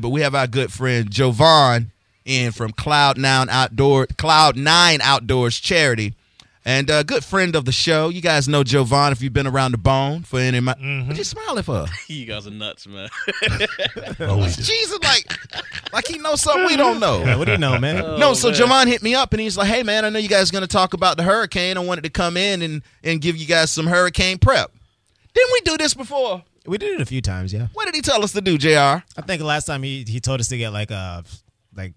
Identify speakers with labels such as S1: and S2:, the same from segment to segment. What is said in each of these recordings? S1: But we have our good friend Jovan in from Cloud Nine Outdoor Cloud Nine Outdoors Charity, and a good friend of the show. You guys know Jovan if you've been around the bone for any. of My,
S2: Mm-hmm.
S1: What you smiling for?
S3: You guys are nuts, man.
S1: Jesus, like, like he knows something we don't know.
S2: what do you know, Oh, man?
S4: Uh,
S1: no, so Javon hit me up and he's like, "Hey man, I know you guys are gonna talk about the hurricane. I wanted to come in and and give you guys some hurricane prep. Didn't we do this before?
S2: we did it a few times, yeah.
S1: What did he tell us to do, Jr?
S2: I think last time he he told us to get like a like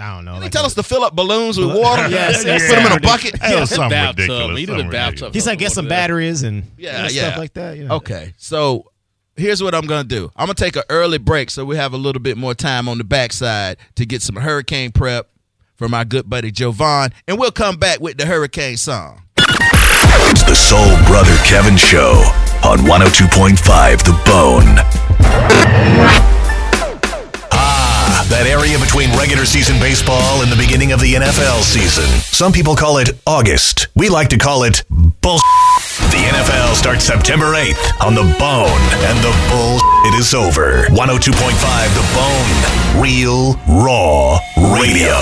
S2: I don't know.
S1: Didn't he
S2: like
S1: tell
S2: a-
S1: us to fill up balloons with water?
S2: Yes, yes.
S1: put them in a bucket.
S5: That was something
S3: Bathtub.
S5: ridiculous.
S3: He did
S5: something
S3: a bathtub.
S5: ridiculous.
S2: He said get some batteries and
S1: Yeah,
S2: you know,
S1: yeah.
S2: stuff like that. You know.
S1: Okay, so here's what I'm gonna do. I'm gonna take an early break so we have a little bit more time on the backside to get some hurricane prep from our good buddy Jovan, and we'll come back with the hurricane song.
S6: It's the Soul Brother Kevin Show on 102.5 The Bone. Ah, that area between regular season baseball and the beginning of the NFL season. Some people call it August. We like to call it bull. The NFL starts September 8th on The Bone, and the bull it is over. 102.5 The Bone. Real, raw radio.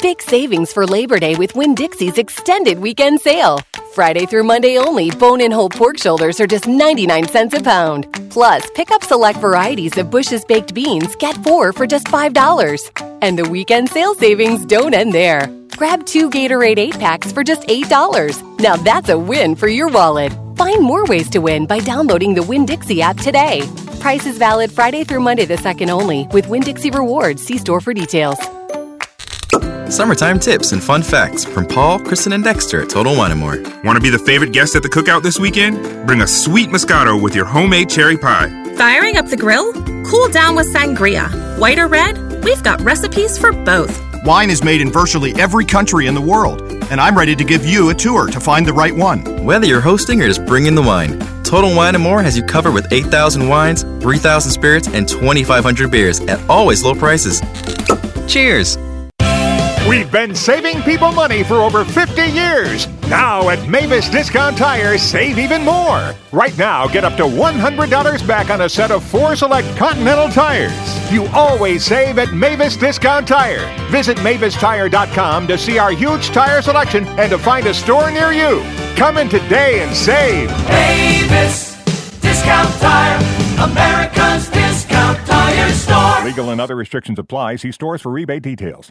S7: Big savings for Labor Day with Winn Dixie's extended weekend sale. Friday through Monday only, bone and whole pork shoulders are just 99 cents a pound. Plus, pick up select varieties of Bush's baked beans, get four for just $5. And the weekend sale savings don't end there. Grab two Gatorade 8 packs for just $8. Now that's a win for your wallet. Find more ways to win by downloading the Win Dixie app today. Price is valid Friday through Monday the 2nd only with Win Dixie Rewards. See store for details.
S8: Summertime tips and fun facts from Paul, Kristen, and Dexter at Total Wine & More.
S9: Want to be the favorite guest at the cookout this weekend? Bring a sweet Moscato with your homemade cherry pie.
S10: Firing up the grill? Cool down with sangria. White or red? We've got recipes for both.
S11: Wine is made in virtually every country in the world, and I'm ready to give you a tour to find the right one.
S8: Whether you're hosting or just bringing the wine, Total Wine & More has you covered with 8,000 wines, 3,000 spirits, and 2,500 beers at always low prices. Cheers!
S12: We've been saving people money for over 50 years. Now at Mavis Discount Tires, save even more. Right now, get up to $100 back on a set of four select Continental tires. You always save at Mavis Discount Tire. Visit MavisTire.com to see our huge tire selection and to find a store near you. Come in today and save. Legal and other restrictions apply. See stores for rebate details.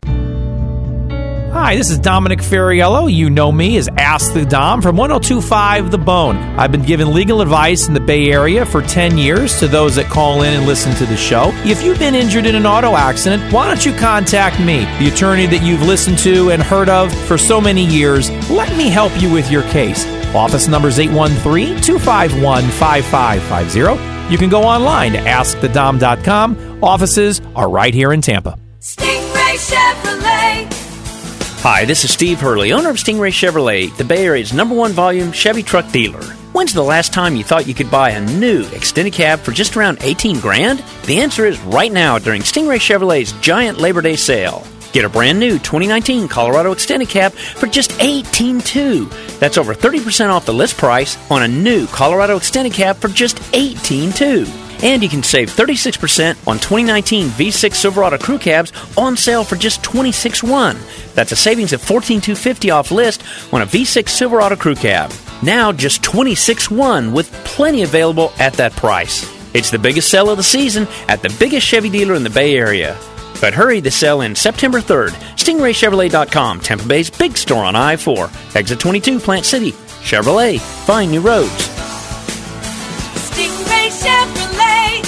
S13: Hi, this is Dominic Ferriello. You know me as Ask the Dom from 1025 The Bone. I've been giving legal advice in the Bay Area for 10 years to those that call in and listen to the show. If you've been injured in an auto accident, why don't you contact me, the attorney that you've listened to and heard of for so many years? Let me help you with your case. Office number is 813 251 5550. You can go online to askthedom.com. Offices are right here in Tampa.
S10: Stingray Chevrolet.
S3: Hi, this is Steve Hurley, owner of Stingray Chevrolet, the Bay Area's number one volume Chevy truck dealer. When's the last time you thought you could buy a new extended cab for just around 18 grand? The answer is right now during Stingray Chevrolet's giant Labor Day sale. Get a brand new 2019 Colorado Extended Cab for just 18.2. That's over 30% off the list price on a new Colorado Extended Cab for just 18.2. And you can save 36% on 2019 V6 Silverado crew cabs on sale for just 26.1. That's a savings of 14.250 off list on a V6 Silverado crew cab. Now just 26.1 with plenty available at that price. It's the biggest sale of the season at the biggest Chevy dealer in the Bay Area. But hurry, the sale ends September 3rd. StingrayChevrolet.com, Tampa Bay's big store on I 4, exit 22, Plant City. Chevrolet, find new roads.
S10: Stingray Chevrolet.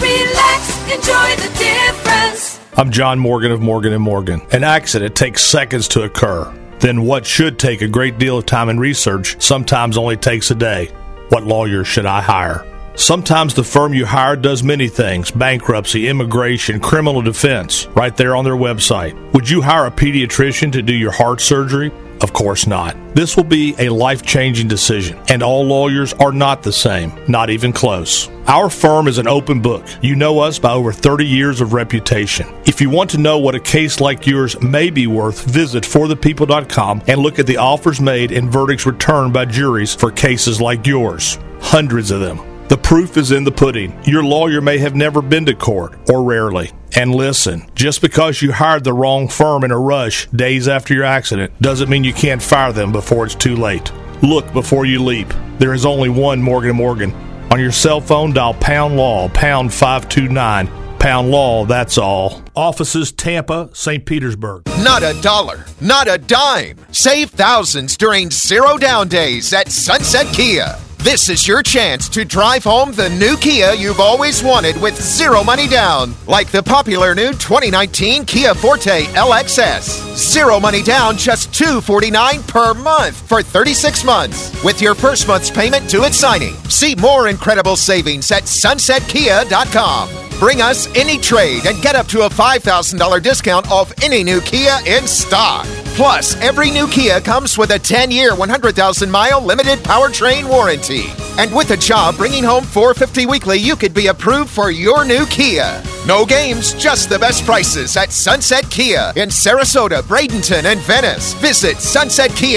S10: Relax, enjoy the difference.
S9: I'm John Morgan of Morgan and Morgan. An accident takes seconds to occur. Then what should take a great deal of time and research sometimes only takes a day. What lawyer should I hire? Sometimes the firm you hire does many things bankruptcy, immigration, criminal defense, right there on their website. Would you hire a pediatrician to do your heart surgery? Of course not. This will be a life changing decision, and all lawyers are not the same, not even close. Our firm is an open book. You know us by over 30 years of reputation. If you want to know what a case like yours may be worth, visit forthepeople.com and look at the offers made and verdicts returned by juries for cases like yours. Hundreds of them. The proof is in the pudding. Your lawyer may have never been to court, or rarely. And listen, just because you hired the wrong firm in a rush days after your accident doesn't mean you can't fire them before it's too late. Look before you leap. There is only one Morgan & Morgan. On your cell phone, dial pound law, pound 529, pound law, that's all. Offices Tampa, St. Petersburg.
S5: Not a dollar, not a dime. Save thousands during zero down days at Sunset Kia. This is your chance to drive home the new Kia you've always wanted with zero money down, like the popular new 2019 Kia Forte LXS. Zero money down, just $249 per month for 36 months, with your first month's payment due at signing. See more incredible savings at sunsetkia.com. Bring us any trade and get up to a $5,000 discount off any new Kia in stock. Plus, every new Kia comes with a 10 year, 100,000 mile limited powertrain warranty. And with a job bringing home 450 weekly, you could be approved for your new Kia. No games, just the best prices at Sunset Kia in Sarasota, Bradenton, and Venice. Visit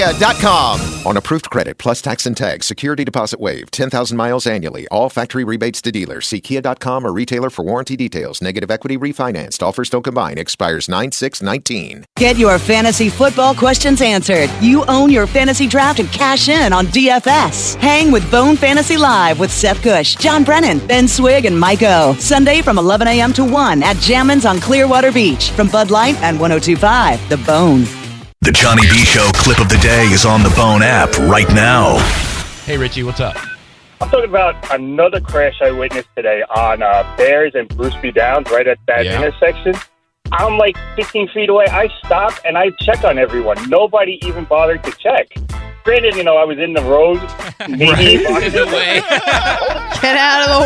S5: sunsetkia.com.
S14: On approved credit plus tax and tag, security deposit waive, 10,000 miles annually, all factory rebates to dealer. See kia.com or retailer for warranty details. Negative equity refinanced. Offers don't combine. Expires 9 6 19.
S15: Get your fantasy football questions answered. You own your fantasy draft and cash in on DFS. Hang with Bone Fantasy Live with Seth Cush, John Brennan, Ben Swig, and Mike O. Sunday from 11 a.m. to 1 at Jammin's on Clearwater Beach from Bud Light and 1025 The Bone.
S6: The Johnny B Show clip of the day is on the Bone app right now.
S16: Hey, Richie, what's up?
S17: I'm talking about another crash I witnessed today on uh, Bears and Bruce B. Downs right at that
S16: Yeah.
S17: intersection. I'm like 15 feet away. I stop and I check on everyone. Nobody even bothered to check. Granted, you know, I was in the road. Maybe
S18: Get out of the way.
S17: Out of the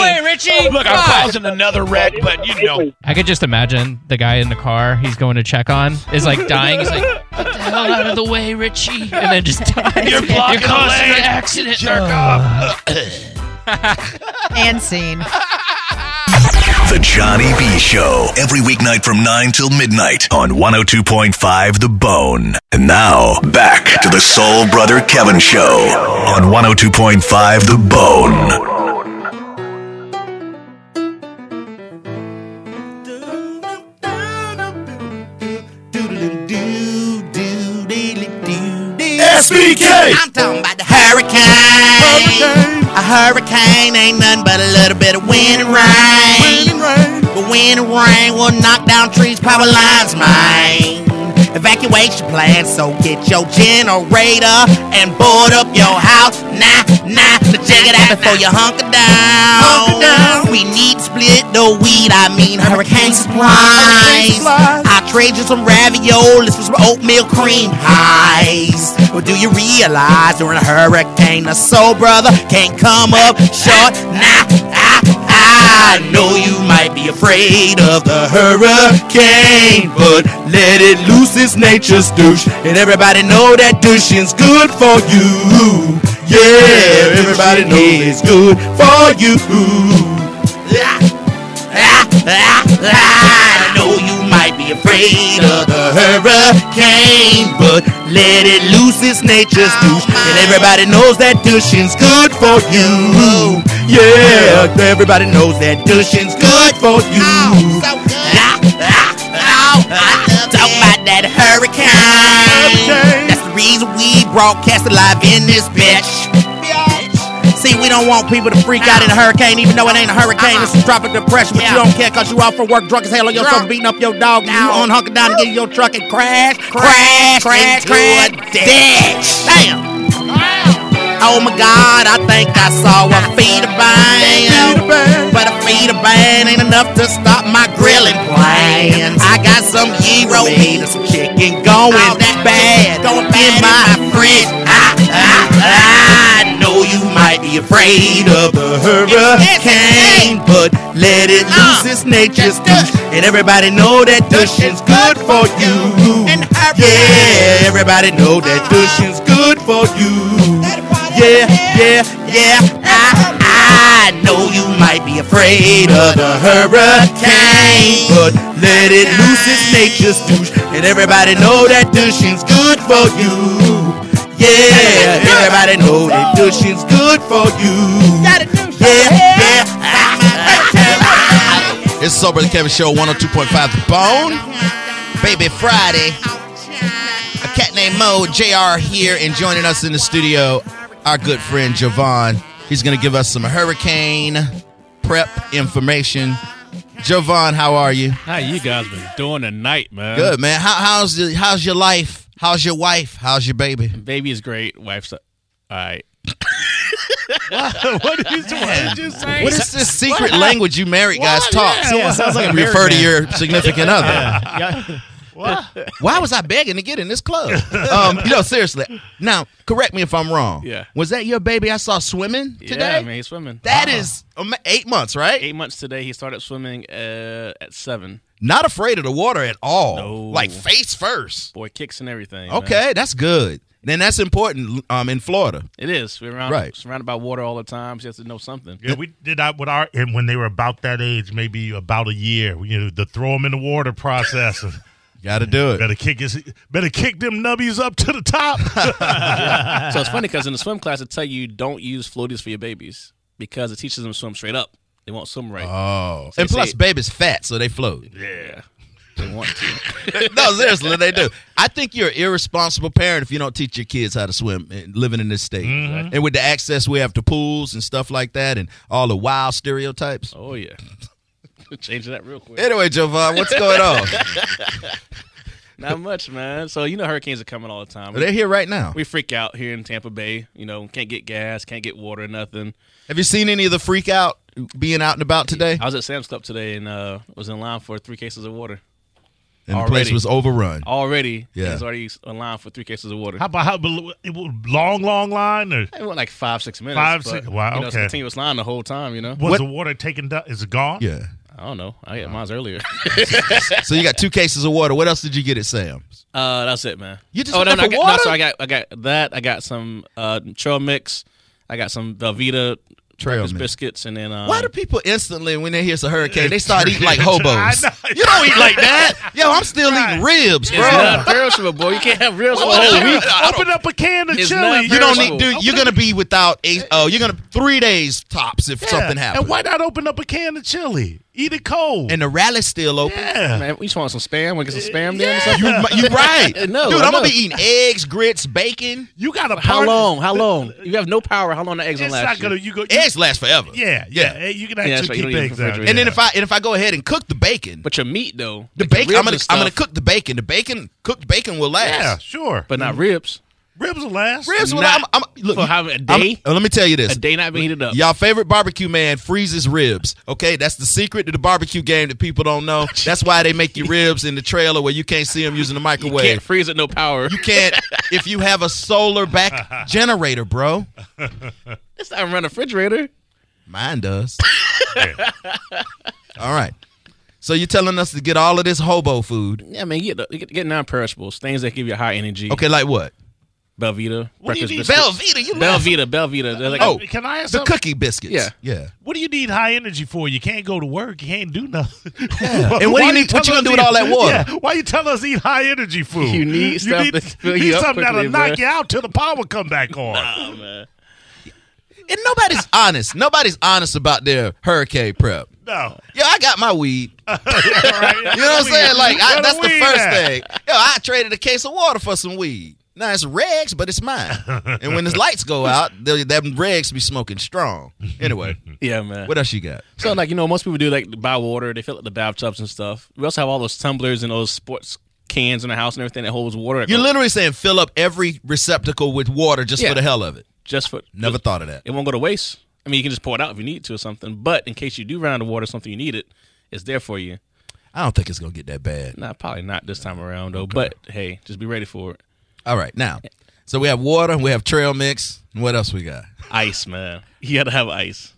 S17: way, Richie.
S16: Look, I'm causing another wreck, but you know.
S4: I could just imagine the guy in the car he's going to check on is like dying. He's like,
S18: Get the hell out of the way, Richie. And then just dies.
S4: You're blocking the
S18: causing
S4: lane.
S18: an accident.
S4: Jerk
S18: and scene.
S6: The Johnny B Show, every weeknight from 9 till midnight on 102.5 The Bone. And now, back to the Soul Brother Kevin Show on 102.5 The Bone.
S19: SBK. I'm talking about the hurricane. A hurricane ain't nothing but a little bit of wind and rain. But wind and rain will knock down trees, power lines, man. Evacuation plan, so get your generator and board up your house. Nah, nah, to check it out before you hunker down. We need to split the weed, I mean hurricane supplies. I'll trade you some raviolis for some oatmeal cream pies. Or do you realize during a hurricane, a soul brother can't come up short? Nah, ah, I know you might be afraid of the hurricane, but let it loose its nature's douche. And everybody know that douching's good for you. Yeah, everybody knows it's good for you. Ah, ah, ah, ah. I know you might be afraid of the hurricane, but let it loose its nature's douche. And everybody knows that douching's good for you. Yeah, everybody knows that douching's good for you. Ah, ah, ah, ah. Talk about that hurricane. That's the reason we broadcast live in this bitch. See, we don't want people to freak out in a hurricane, even though it ain't a hurricane. It's a tropic depression, but you don't care because you out from work drunk as hell on your sofa, beating up your dog, and you on hunker down and get in your truck and crash, crash, crash, crash, ditch. Damn. Oh my God, I think I saw a feeder band. But a feeder band ain't enough to stop my grilling plans. I got some gyro meat, some chicken going that bad. Going in my fridge. Ah, I, I, I know you might be afraid of a hurricane, but let it loose its nature's douche. And everybody know that douching's good for you. Yeah, everybody know that douching's good for you. Yeah, yeah, yeah. I, I know you might be afraid of the hurricane, but let it loose its nature's douche. And everybody know that douching's good for you. Yeah, everybody know that douching's good for you.
S1: yeah, yeah. It's Soberly Kevin Show 102.5 The Bone. Baby Friday. A cat named Mo, JR here, and joining us in the studio, our good friend Javon. He's going to give us some hurricane prep information. Javon, how are you?
S20: How you guys been doing tonight, man?
S1: Good, man. How, how's the, how's your life? How's your wife? How's your baby?
S20: Baby is great. Wife's all right.
S16: what, is, what did you say?
S1: What is this secret language you married guys
S16: What?
S1: talk?
S16: Yeah, yeah, sounds like a married
S1: Refer to
S16: man.
S1: your significant other.
S16: What?
S1: Why was I begging to get in this club? um, no, seriously. Now, correct me if I'm wrong.
S20: Yeah.
S1: Was that your baby I saw swimming
S20: Yeah,
S1: today?
S20: man, he's swimming.
S1: That is ama- eight months, right?
S20: Eight months today. He started swimming uh, at seven.
S1: Not afraid of the water at all. Like face first.
S20: Boy, kicks and everything. man.
S1: Okay, that's good. Then that's important um, in Florida.
S20: It is. We're around,
S1: Right.
S20: surrounded by water all the time. So you have to know something.
S21: Yeah, we did that with our and when they were about that age, maybe about a year. You know, the throw them in the water process. And,
S1: Got to do it.
S21: Better kick his, better kick them nubbies up to the top.
S20: so it's funny because in the swim class, they tell you don't use floaties for your babies because it teaches them to swim straight up. They won't swim right.
S1: Oh,
S20: So
S1: and
S20: they
S1: plus,
S20: say-
S1: baby's fat, so they float.
S20: Yeah. They want to.
S1: no, seriously, they do. I think you're an irresponsible parent if you don't teach your kids how to swim and living in this state.
S20: Mhm.
S1: And with the access we have to pools and stuff like that and all the wild stereotypes.
S20: Oh, yeah. Change that real quick.
S1: Anyway, Javon, what's going on?
S20: Not much, man. So you know hurricanes are coming all the time.
S1: They're here right now.
S20: We freak out here in Tampa Bay. You know, can't get gas, can't get water, nothing.
S1: Have you seen any of the freak out being out and about today?
S20: I was at Sam's Club today and uh, was in line for three cases of water.
S1: And the place was overrun.
S20: Already,
S1: Yeah.
S20: yeah. It's already in line for three cases of water.
S21: how about how about- it was long, long line? Or
S20: It went like five, six minutes.
S21: Five,
S20: but,
S21: six- wow,
S20: You know, it's a
S21: okay.
S20: continuous line the whole time. You know,
S21: was the water taken down? Is it gone?
S1: Yeah.
S20: I don't know. I got mine earlier.
S1: so you got two cases of water. What else did you get at Sam's?
S20: Uh, that's it, man.
S1: You just
S20: oh, no,
S1: went there
S20: no, I
S1: for
S20: got,
S1: water?
S20: No, so I got I got that. I got some uh, trail mix. I got some Velveeta
S1: Trail
S20: breakfast
S1: mix.
S20: biscuits, and then um,
S1: Why do people instantly, when they hear it's a hurricane, they start eating like hobos? You don't eat like that. Yo, I'm still eating ribs,
S20: It's
S1: bro.
S20: not perishable, boy. You can't have ribs for a
S1: What?
S20: whole week.
S1: I don't-
S21: Open up a can of
S1: It's
S21: chili.
S1: not You don't need, dude. You're gonna be without a. Oh, you're gonna three days tops if
S21: Yeah,
S1: something happens.
S21: And why not open up a can of chili? Eat it cold.
S1: And the rally's still open.
S21: Yeah.
S20: Man, we just want some spam. We get some spam then. Or
S1: You,
S20: something?
S1: you right?
S20: no,
S1: dude.
S20: I
S1: I'm gonna
S20: know.
S1: be eating eggs, grits, bacon.
S21: You got to
S20: How long? How long? You have no power. How long the eggs
S1: It's
S20: gonna last?
S1: not gonna-
S20: you?
S1: you go- you- Eggs last forever.
S21: Yeah, yeah. Hey, You can
S20: Yeah,
S21: actually
S20: that's right. You
S21: keep
S20: don't eat
S21: eggs
S20: them
S21: out.
S20: for
S1: And then if I and if I go ahead and cook the bacon,
S20: but your meat though,
S1: the
S20: like your
S1: bacon,
S20: ribs
S1: I'm gonna
S20: and
S1: I'm gonna
S20: stuff.
S1: cook the bacon. The bacon cooked bacon will last.
S20: Yeah,
S21: sure.
S20: But
S1: Mm.
S20: not ribs.
S21: Ribs will last.
S1: Ribs will.
S20: Not
S1: I'm, I'm, look,
S20: for having a
S1: I'm-
S20: day?
S1: uh, let me tell you this:
S20: A day not being heated up.
S1: Y'all favorite barbecue man freezes ribs. Okay, that's the secret to the barbecue game that people don't know. That's why they make your ribs in the trailer where you can't see them using the microwave.
S20: Can't freeze it, no power.
S1: You can't if you have a solar back generator, bro.
S20: It's not run a refrigerator.
S1: Mine does. All right. So you're telling us to get all of this hobo food?
S20: Yeah, man, you get, you get, get non-perishables, things that give you high energy.
S1: Okay, like what?
S20: Belvita,
S21: do you
S20: breakfast
S21: need-
S20: biscuits.
S1: Belvita, you love-
S20: Belvita, Belvita. They're like
S1: oh,
S20: a-
S21: can I ask
S1: the
S21: something?
S1: cookie biscuits?
S20: Yeah.
S1: yeah.
S21: What do you need high energy for? You can't go to work. You can't do nothing.
S1: And what do
S21: Why
S1: you need- what you
S21: telling
S1: gonna do
S21: us
S1: with
S21: eat-
S1: all that water?
S21: Yeah, Why you tell us eat high energy food?
S20: You need stuff that fill
S21: you
S20: you
S21: need
S20: up
S21: something that'll
S20: quickly, bro.
S21: knock you out till the power come back on.
S1: And nobody's honest. Nobody's honest about their hurricane prep.
S21: No.
S1: Yo, I got my weed. You know what I'm saying? Like I,
S16: Where the
S1: that's the
S16: weed
S1: first
S16: at?
S1: thing. Yo, I traded a case of water for some weed. Now it's regs, but it's mine. and when the lights go out, they- them regs be smoking strong. Anyway,
S20: yeah, man.
S1: What else you got?
S20: So like you know, most people do like buy water. They fill up the bathtubs and stuff. We also have all those tumblers and those sports cans in the house and everything that holds water.
S1: You're literally saying fill up every receptacle with water just
S20: Yeah.
S1: for the hell of it.
S20: just for
S1: Never thought of that.
S20: It won't go to waste. I mean, you can just pour it out if you need to or something. But in case you do run out of water, or something you need it, it's there for you.
S1: I don't think it's gonna get that bad.
S20: Nah, probably not this time around though. But hey, just be ready for it.
S1: All right, now. So we have water, we have trail mix, and what else we got?
S20: Ice, man. You got to have ice.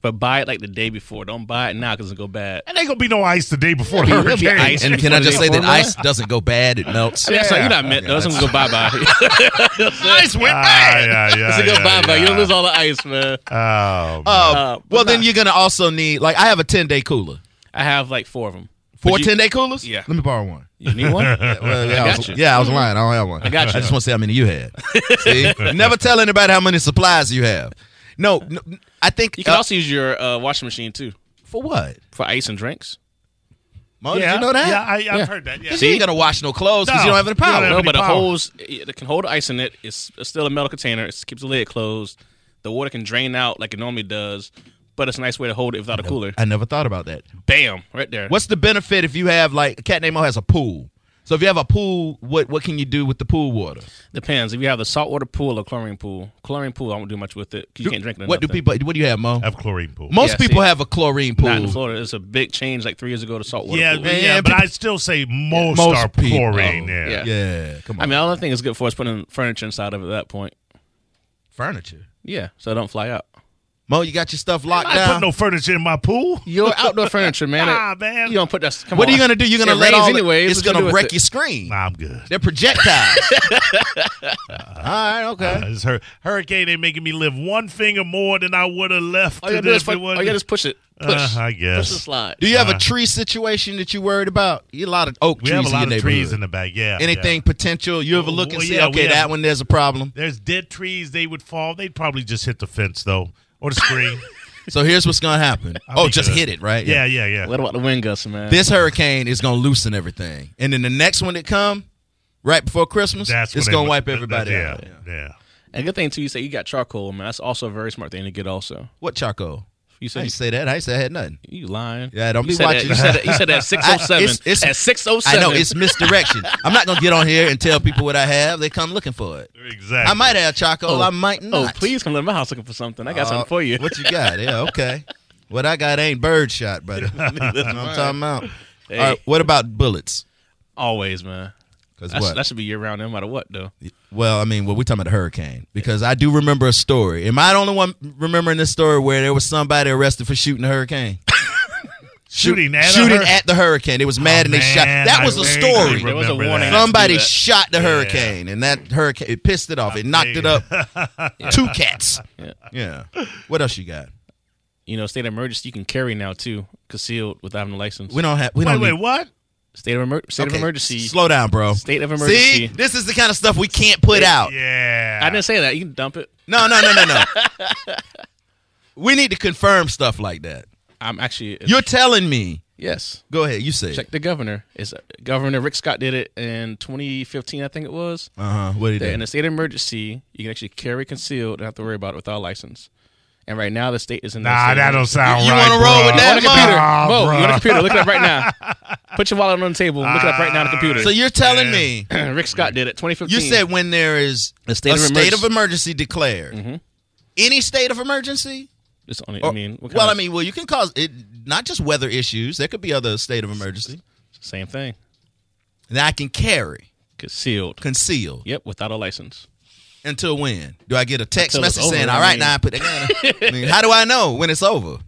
S20: But buy it like the day before. Don't buy it now because it'll go bad.
S21: And ain't gonna be no ice the day before the
S20: There'll be
S21: hurricane.
S20: ice
S1: And can I just say that ice doesn't go bad, it melts.
S20: I mean, that's like, you're not meant.
S1: Yeah,
S20: Those
S1: that's-
S20: doesn't go bye bye. ice
S1: went
S20: bad.
S1: yeah, yeah,
S20: it's a
S1: yeah,
S20: go bye bye. You
S1: yeah.
S20: don't lose all the ice, man. Uh,
S21: Oh.
S1: Um, well, then you're gonna also need like I have a ten day cooler.
S20: I have like four of them.
S1: Four
S20: But you-
S1: 10 day coolers.
S20: Yeah.
S1: let me borrow one.
S20: You need one?
S1: yeah, well, yeah,
S20: I
S1: I
S20: got
S1: was,
S20: you.
S1: yeah, I was lying. I don't have one.
S20: I got you.
S1: I just want to see how many you had. See, never tell anybody how many supplies you have. No, no, I think
S20: you can
S1: uh,
S20: also use your uh, washing machine too.
S1: For what?
S20: For ice and drinks.
S1: Mo, did you know that?
S20: Yeah, I- I've
S1: Yeah.
S20: heard that, yeah.
S1: You ain't gonna wash no clothes because you don't have any power.
S20: No, but the hose it can hold ice in it. It's it's still a metal container. It keeps the lid closed. The water can drain out like it normally does, but it's a nice way to hold it without a cooler.
S1: I never thought about that.
S20: Bam, right there.
S1: What's the benefit if you have like Cat Nemo has a pool? So if you have a pool, what what can you do with the pool water?
S20: Depends if you have the saltwater pool or chlorine pool. Chlorine pool, I won't do much with it. 'cause You can't drink it. or
S1: What do
S20: nothing.
S1: people? What do you have, Mo?
S21: Have chlorine pool.
S1: Most
S20: Yeah,
S1: people
S20: see.
S1: have a chlorine
S20: Not in
S1: pool.
S20: Florida. It's a big change like three years ago to saltwater
S21: Yeah,
S20: pool.
S21: yeah, but I still say most, are
S1: people.
S21: chlorine.
S1: Oh,
S21: yeah.
S1: yeah. Yeah, come
S20: I mean, all the thing is good for is putting furniture inside of it at that point.
S1: Furniture?
S20: Yeah, so it don't fly out.
S1: Mo, you got your stuff locked
S21: I put no furniture in my pool.
S20: Your outdoor furniture, Ah, man.
S21: Nah,
S20: It-
S21: man.
S20: You don't put that. come
S1: What are you
S20: on.
S1: gonna do? You're gonna
S20: It
S1: let
S20: rains
S1: all the-
S20: anyways.
S1: It's
S20: What you
S1: gonna
S20: do with
S1: wreck
S20: it?
S1: your screen.
S21: Nah, I'm good.
S1: They're projectiles.
S21: All
S1: right, okay.
S21: Uh, hurricane ain't making me live one finger more than I would have left.
S20: All
S21: to
S20: you gotta do
S21: this
S20: is fu-
S21: it wasn't-
S20: all you gotta is push it. Push.
S21: Uh, I
S20: Push
S21: guess.
S20: the slide.
S1: Do you have
S20: Uh,
S1: a tree situation that you worried about? You a lot of oak
S21: We
S1: trees
S21: have a lot
S1: in your
S21: of trees
S1: neighborhood.
S21: in the back, yeah,
S1: Anything
S21: yeah. Oh,
S1: potential you ever look and
S21: Well,
S1: see?
S21: yeah, we
S1: okay,
S21: have-
S1: that one there's a problem.
S21: There's dead trees. They would fall. They'd probably just hit the fence though, or the screen.
S1: So here's what's gonna happen.
S21: I'll
S1: oh,
S21: be
S1: just
S21: good.
S1: hit it, right?
S21: uh, Yeah, yeah, yeah.
S20: What about the wind gusts, man?
S1: This hurricane is gonna loosen everything, and then the next one that come right before Christmas,
S21: That's
S1: it's
S21: when they
S1: gonna
S21: would-
S1: wipe
S21: that-
S1: everybody
S21: that-
S1: out.
S21: yeah, yeah.
S20: And good thing too, you say you got charcoal, man. That's also a very smart thing to get. Also,
S1: What charcoal?
S20: You
S1: I
S20: said
S1: didn't say that. I said I had nothing.
S20: You lying?
S1: Yeah, don't
S20: You
S1: be
S20: said
S1: watching.
S20: that- you said that- you said that at 6:07.
S1: I- it's- it's-
S20: At 6:07.
S1: I know it's misdirection. I'm not gonna get on here and tell people what I have. They come looking for it.
S21: Exactly.
S1: I might have charcoal. I might
S20: Oh,
S1: not.
S20: please come to my house looking for something. I got
S1: Uh,
S20: something for you.
S1: What you got? Yeah, okay. What I got ain't bird shot, brother. you know what I'm talking about. All right, what about bullets?
S20: Always, man.
S1: 'Cause
S20: That's-
S1: what?
S20: That should be year round, no matter what, though.
S1: Well, I mean, well, we're talking about the hurricane because I do remember a story. Am I the only one remembering this story where there was somebody arrested for shooting a hurricane? Shoot-
S21: Shooting at a
S1: shooting
S21: hur-
S1: at the hurricane. They was
S19: Oh,
S1: mad and they shot.
S21: Oh, man,
S1: That
S21: I
S1: was a
S21: vaguely
S1: story.
S21: There was a remember warning that.
S1: Somebody
S21: to do that.
S1: shot the
S21: Yeah.
S1: hurricane, and that hurricane it pissed it off. It knocked it up. Two cats.
S20: Yeah.
S1: Yeah. What else you got?
S20: You know, state of emergency you can carry now too, concealed without having a license.
S1: We don't have. We don't. need-
S21: what?
S20: State of, emer- state
S1: Okay,
S20: of emergency.
S1: Slow down, bro.
S20: State of
S1: See,
S20: emergency.
S1: this is the kind of stuff we can't put out.
S21: Yeah.
S20: I didn't say that. You can dump it.
S1: No, no, no, no, no. we need to confirm stuff like that.
S20: I'm actually.
S1: You're telling me.
S20: Yes.
S1: Go ahead. You say. it.
S20: Check the governor. Is Governor Rick Scott did it in 2015, I think it was.
S1: Uh-huh. What did he
S20: That
S1: do?
S20: In a state of emergency, you can actually carry concealed and have to worry about it without a license. And right now, the state is in. that
S21: Nah,
S20: state of
S21: that don't
S20: emergency.
S21: sound You right, wanna roll bruh. with that,
S20: Go
S21: Mo?
S20: on the computer.
S21: Nah,
S20: Mo, you on
S21: bruh.
S20: the computer? Look it up right now. Put your wallet on the table. Look it up right now on the computer.
S1: So you're telling me-
S20: Rick Scott did it 2015.
S1: You said when there is
S20: A state
S1: a
S20: of
S1: state of
S20: emergency. Mm-hmm.
S1: emergency declared. Any state of emergency?
S20: It's only,
S1: Or-
S20: I mean, what kind
S1: Oh, well, I
S20: of-
S1: mean, well, you can cause it not just weather issues. There could be other state of emergency.
S20: same thing.
S1: And I can carry
S20: Concealed.
S1: concealed.
S20: Yep, without a license.
S1: Until when do I get a text
S20: Until it's
S1: message
S20: over,
S1: saying,
S20: I
S1: "All right,
S20: mean."
S1: now I put the gun"? in"? I mean, how do I know when it's over?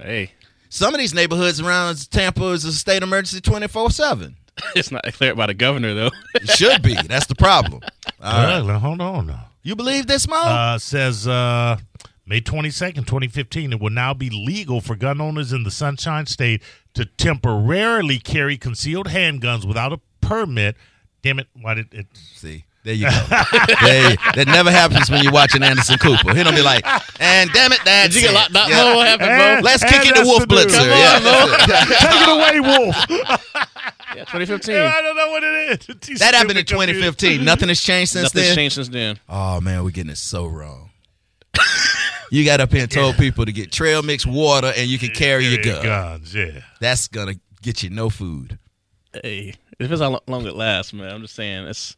S20: Hey,
S1: Some of these neighborhoods around Tampa is a state emergency twenty four seven.
S20: it's not declared by the governor though.
S1: It should be. That's the problem. All right.
S21: Well, now, hold on. now.
S1: You believe this, Mo?
S21: Uh, says uh, May 22nd, 2015, it will now be legal for gun owners in the Sunshine State to temporarily carry concealed handguns without a permit. Damn it. Why did it?
S1: See, there you go. Hey, that never happens when you're watching Anderson Cooper. He'll be like, and damn it, that's
S20: Did you get
S1: it.
S20: locked up,
S1: Yeah.
S20: Mo? What happened, Mo?
S1: Let's kick it to Wolf Blitzer. yeah.
S21: Take it away, Wolf.
S20: Yeah, 2015.
S21: Yeah, I don't know what it is. These
S1: That happened in
S21: stupid computers.
S1: 2015. Nothing has changed since
S20: Nothing's
S1: then.
S20: changed since then.
S1: Oh man, we're getting it so wrong. you got up here and told people to get trail mix water and you can carry your
S21: Carry
S1: gun.
S21: guns, yeah.
S1: That's gonna get you no food.
S20: Hey, it depends how lo- long it lasts, man. I'm just saying it's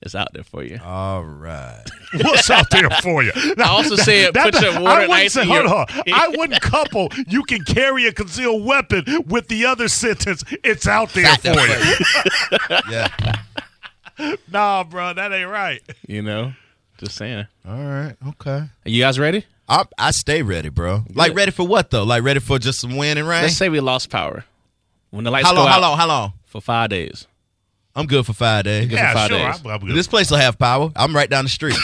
S20: it's out there for you.
S1: All right.
S21: What's out there for you?
S20: I also said
S21: That-
S20: put your
S21: that-
S20: water
S21: I
S20: and
S21: wouldn't
S20: ice
S21: say-
S20: in
S21: hold
S20: your-
S21: on. I wouldn't couple you can carry a concealed weapon with the other sentence. It's out there
S1: Out
S21: for
S1: there
S21: you.
S1: Yeah.
S21: nah, bro, that ain't right.
S20: You know, just saying.
S1: All right. Okay.
S20: You guys ready?
S1: I, I stay ready, bro. Like ready for what though? Like ready for just some wind and rain?
S20: Let's say we lost power. When the lights
S1: How
S20: go
S1: long? How
S20: out
S1: long? How long?
S20: for five days.
S1: I'm good for five days.
S20: Good for Yeah, five sure, days.
S21: I'm- I'm good
S1: This place will have power. I'm right down the street.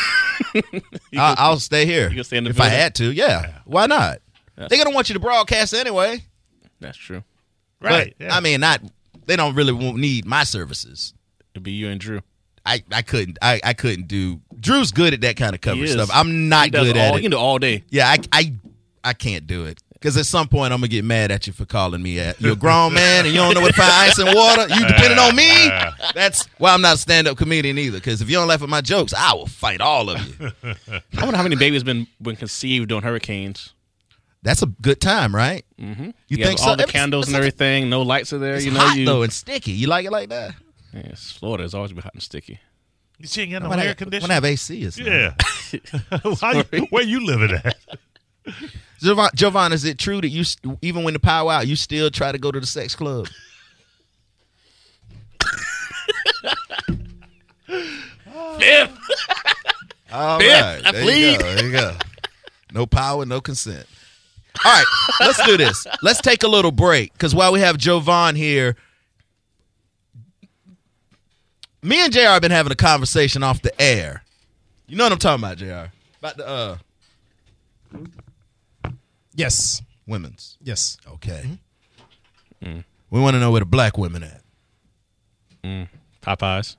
S1: I, I'll stay here.
S20: You can stay in the
S1: if I
S20: building?
S1: had to, yeah. Why not?
S20: That's-
S1: They're gonna want you to broadcast anyway.
S20: That's true.
S1: But,
S21: Right, yeah.
S1: I mean, not. They don't really won't need my services.
S20: It'd be you and Drew.
S1: I, I couldn't I, I couldn't do Drew's good at that kind of coverage
S20: is.
S1: stuff. I'm not
S20: He does
S1: good
S20: all,
S1: at
S20: You can
S1: it.
S20: do all day.
S1: Yeah, I, I I can't do it. Because at some point I'm gonna get mad at you for calling me a you're a grown man and you don't know what to find ice and water. You depending on me. That's why I'm not a stand up comedian either. Because if you don't laugh at my jokes, I will fight all of you.
S20: I wonder how many babies been been conceived on hurricanes.
S1: That's a good time, right?
S20: Mm-hmm. You,
S1: You
S20: think
S1: think
S20: all
S1: so?
S20: the
S1: It's-
S20: candles
S1: it's
S20: and
S1: like a-
S20: everything, no lights are there.
S1: It's
S20: you know,
S1: hot
S20: you
S1: though and sticky. You like it like that?
S20: Yes, Florida has always been hot and sticky.
S21: You see, ain't got no
S1: When I-
S21: air conditioning.
S1: when I have AC, it's not.
S21: yeah. How you- where you living at?
S1: Jovan, Jovan, is it true that you s- even when the power out, you still try to go to the sex club?
S16: Fifth.
S1: All
S16: Fifth,
S1: right,
S16: I
S1: there You
S16: plead.
S1: go, there you go. No power, no consent. All right, let's do this. Let's take a little break because while we have Jovan here, me and Jr. have been having a conversation off the air. You know what I'm talking about, Jr. About the uh,
S2: Yes.
S1: women's.
S2: Yes.
S1: Okay. Mm-hmm. We want to know where the black women at.
S20: Popeyes.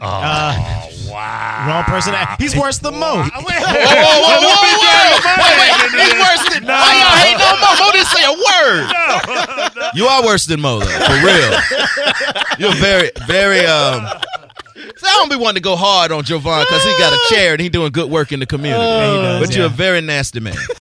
S1: Oh
S2: Uh,
S1: wow!
S2: Wrong person.
S21: Ah.
S2: To, he's worse than Mo. Whoa,
S1: whoa, whoa, whoa, whoa, whoa. Wait, wait. He's worse than. Why y'all hate on Mo? Mo didn't say a word. You are worse than Mo, though, for real. You're very, very. um See, I don't be wanting to go hard on Jovan because he got a chair and he doing good work in the community.
S2: Oh, he does,
S1: but you're a
S2: yeah.
S1: very nasty man.